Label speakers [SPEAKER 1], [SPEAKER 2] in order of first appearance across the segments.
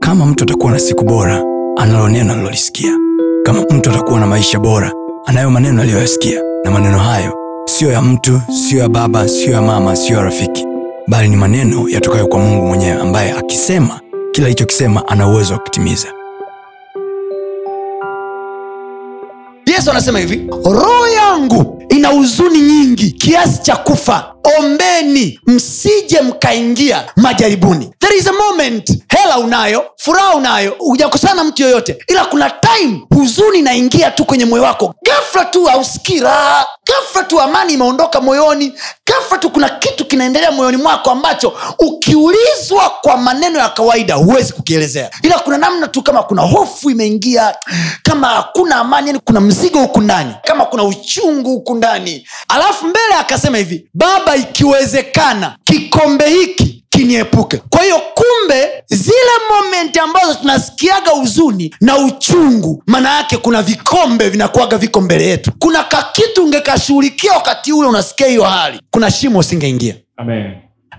[SPEAKER 1] Kama mtu atakuwa na siku bora, analo neno alilolisikia. Kama mtu atakuwa na maisha bora, anayo maneno aliyoyasikia, na maneno hayo siyo ya mtu, siyo ya baba, siyo ya mama, siyo ya rafiki, bali ni maneno yatokayo kwa Mungu mwenyewe, ambaye akisema kila alichokisema ana uwezo wa kutimiza.
[SPEAKER 2] yesu anasema hivi roho yangu ina huzuni nyingi kiasi cha kufa ombeni msije mkaingia majaribuni there is a moment hela unayo furaha unayo hujakosana na mtu yoyote ila kuna time huzuni inaingia tu kwenye moyo wako gafla tu hausikii raha gafla tu amani imeondoka moyoni gafla tu kuna kitu kinaendelea moyoni mwako ambacho ukiulizwa kwa maneno ya kawaida huwezi kukielezea ila kuna namna tu kama kuna hofu imeingia kama hakuna amani yani kuna mzigo huku ndani kama kuna uchungu huku ndani alafu mbele akasema hivi baba ikiwezekana kikombe hiki kiniepuke kwa hiyo kumbe zile momenti ambazo tunasikiaga huzuni na uchungu maana yake kuna vikombe vinakuaga viko mbele yetu kuna kakitu ungekashughulikia wakati ule unasikia hiyo hali kuna shimo usingeingia
[SPEAKER 3] Amen.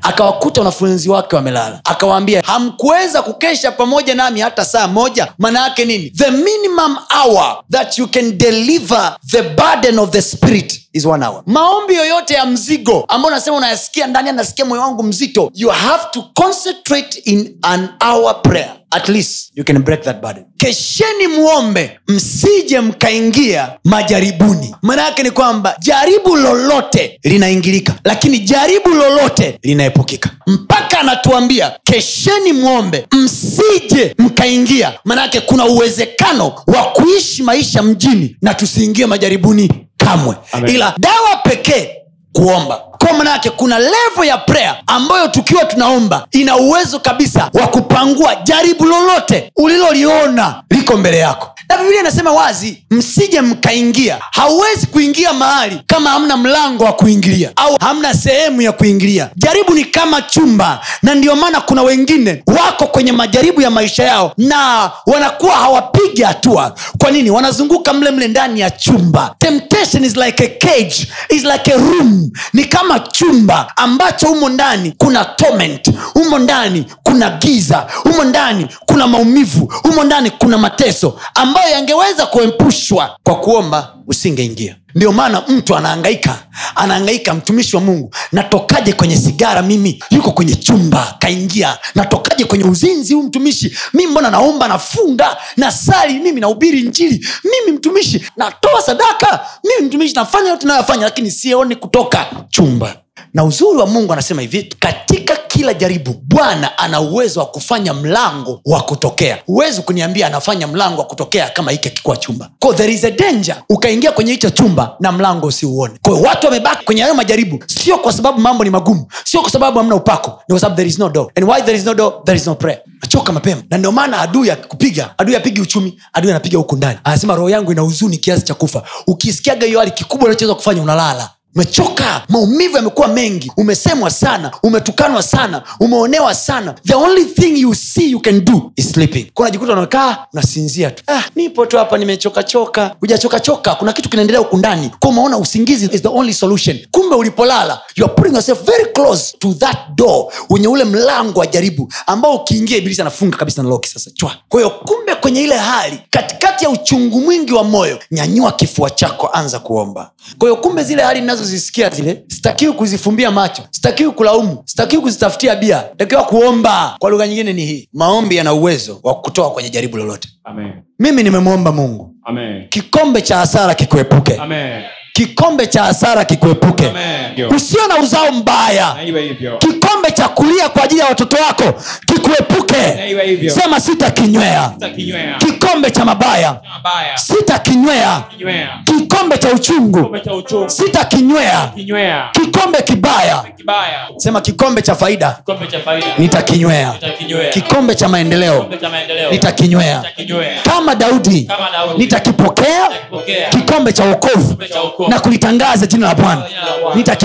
[SPEAKER 2] akawakuta wanafunzi wake wamelala akawaambia hamkuweza kukesha pamoja nami hata saa moja maana yake nini the minimum hour that you can deliver the burden of the spirit is one hour maombi yoyote ya mzigo ambayo unasema unayasikia ndani anasikia moyo wangu mzito you have to concentrate in an hour prayer at least you can break that burden kesheni muombe msije mkaingia majaribuni maana yake ni kwamba jaribu lolote linaingilika lakini jaribu lolote linaepukika mpaka anatuambia kesheni muombe msije mkaingia maana yake kuna uwezekano wa kuishi maisha mjini na tusiingie majaribuni kamwe
[SPEAKER 3] Amen.
[SPEAKER 2] ila dawa pekee kuomba kwa manayake kuna levo ya prayer ambayo tukiwa tunaomba ina uwezo kabisa wa kupangua jaribu lolote uliloliona liko mbele yako na bibilia inasema wazi msije mkaingia hauwezi kuingia mahali kama hamna mlango wa kuingilia au hamna sehemu ya kuingilia jaribu ni kama chumba na ndio maana kuna wengine wako kwenye majaribu ya maisha yao na wanakuwa hawapigi hatua kwa nini wanazunguka mle mle ndani ya chumba temptation is like a cage is like a room ni kama chumba ambacho humo ndani kuna torment humo ndani kuna giza humo ndani kuna maumivu humo ndani kuna mateso ambayo yangeweza kuepushwa kwa kuomba usingeingia ndio maana mtu anaangaika anaangaika mtumishi wa mungu natokaje kwenye sigara mimi yuko kwenye chumba kaingia natokaje kwenye uzinzi huu mtumishi mimi mbona naomba nafunga nasali mimi nahubiri njili mimi mtumishi natoa sadaka mimi mtumishi nafanya yote nayoyafanya lakini sioni kutoka chumba na uzuri wa mungu anasema hivi katika kila jaribu bwana ana uwezo wa kufanya mlango wa kutokea huwezi kuniambia anafanya mlango wa kutokea kama hiki akikuwa chumba Kwa there is a danger ukaingia kwenye hicho chumba na mlango usiuone kwao watu wamebaki kwenye hayo majaribu sio kwa sababu mambo ni magumu sio kwa sababu hamna upako ni kwa sababu there is no door. And why there is no door, there is no prayer nachoka mapema na ndio maana adui akupiga adui apigi uchumi adui anapiga huku ndani anasema roho yangu ina huzuni kiasi cha kufa ukisikiaga hiyo hali kikubwa unachoweza kufanya unalala umechoka maumivu yamekuwa mengi umesemwa sana umetukanwa sana umeonewa sana the only thing you see you can do is sleeping kuna jikuta unakaa unasinzia tu ah, nipo tu hapa nimechokachoka hujachokachoka kuna kitu kinaendelea huku ndani kwa umeona usingizi is the only solution kumbe ulipolala you are putting yourself very close to that door wenye ule mlango wa jaribu ambao ukiingia ibilisi anafunga kabisa na loki sasa chwa kwa hiyo kumbe kwenye ile hali katikati ya uchungu mwingi wa moyo nyanyua kifua chako anza kuomba kwa hiyo kumbe zile hali ninazozisikia zile sitakiwi kuzifumbia macho sitakiwi kulaumu sitakiwi kuzitafutia bia takiwa kuomba kwa lugha nyingine ni hii maombi yana uwezo wa kutoa kwenye jaribu lolote
[SPEAKER 3] Amen.
[SPEAKER 2] mimi nimemwomba mungu
[SPEAKER 3] Amen.
[SPEAKER 2] kikombe cha hasara kikuepuke
[SPEAKER 3] Amen.
[SPEAKER 2] kikombe cha hasara kikuepuke
[SPEAKER 3] Amen. Ndio.
[SPEAKER 2] usio na uzao mbaya
[SPEAKER 3] Na iwe hivyo.
[SPEAKER 2] kikombe cha kulia kwa ajili ya watoto wako
[SPEAKER 3] Na
[SPEAKER 2] kikuepuke
[SPEAKER 3] iwe hivyo.
[SPEAKER 2] sema sitakinywea
[SPEAKER 3] Sitakinywea.
[SPEAKER 2] kikombe cha mabaya
[SPEAKER 3] Mabaya.
[SPEAKER 2] sitakinywea
[SPEAKER 3] Kinywea.
[SPEAKER 2] kikombe cha uchungu
[SPEAKER 3] Kikombe cha uchungu.
[SPEAKER 2] sitakinywea
[SPEAKER 3] Kinywea.
[SPEAKER 2] kikombe kibaya
[SPEAKER 3] Kibaya.
[SPEAKER 2] sema kikombe cha faida
[SPEAKER 3] Kikombe cha faida.
[SPEAKER 2] nitakinywea
[SPEAKER 3] Nitakinywea.
[SPEAKER 2] kikombe cha maendeleo
[SPEAKER 3] Kikombe cha maendeleo.
[SPEAKER 2] nitakinywea
[SPEAKER 3] Nitakinywea.
[SPEAKER 2] kama daudi
[SPEAKER 3] Kama Daudi.
[SPEAKER 2] nitakipokea
[SPEAKER 3] Nitakipokea.
[SPEAKER 2] kikombe cha wokovu
[SPEAKER 3] Kikombe cha wokovu.
[SPEAKER 2] na kulitangaza jina la bwana
[SPEAKER 3] Jina la Bwana.
[SPEAKER 2] nitakipokea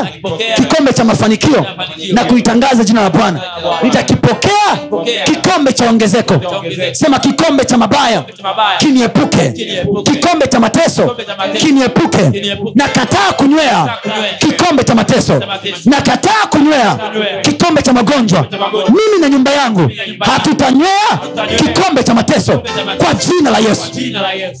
[SPEAKER 3] Nitakipokea.
[SPEAKER 2] kikombe cha mafanikio
[SPEAKER 3] Mafanikio.
[SPEAKER 2] na kulitangaza jina la bwana
[SPEAKER 3] Jina la Bwana.
[SPEAKER 2] nitakipokea
[SPEAKER 3] Pokea.
[SPEAKER 2] kikombe cha ongezeko
[SPEAKER 3] cha ongezeko.
[SPEAKER 2] sema kikombe cha mabaya
[SPEAKER 3] cha mabaya.
[SPEAKER 2] kiniepuke
[SPEAKER 3] Kiniepuke.
[SPEAKER 2] kikombe cha mateso
[SPEAKER 3] Kikombe cha mateso.
[SPEAKER 2] kiniepuke
[SPEAKER 3] Kiniepuke.
[SPEAKER 2] nakataa kunywea
[SPEAKER 3] kunywea.
[SPEAKER 2] kikombe cha mateso
[SPEAKER 3] mateso.
[SPEAKER 2] nakataa kunywea
[SPEAKER 3] kunywea.
[SPEAKER 2] kikombe cha magonjwa
[SPEAKER 3] cha magonjwa.
[SPEAKER 2] mimi na nyumba yangu
[SPEAKER 3] na nyumba yangu.
[SPEAKER 2] hatutanywea
[SPEAKER 3] Hatutanywea.
[SPEAKER 2] kikombe cha mateso
[SPEAKER 3] Kikombe cha mateso.
[SPEAKER 2] kwa jina la yesu
[SPEAKER 3] Kwa jina la Yesu.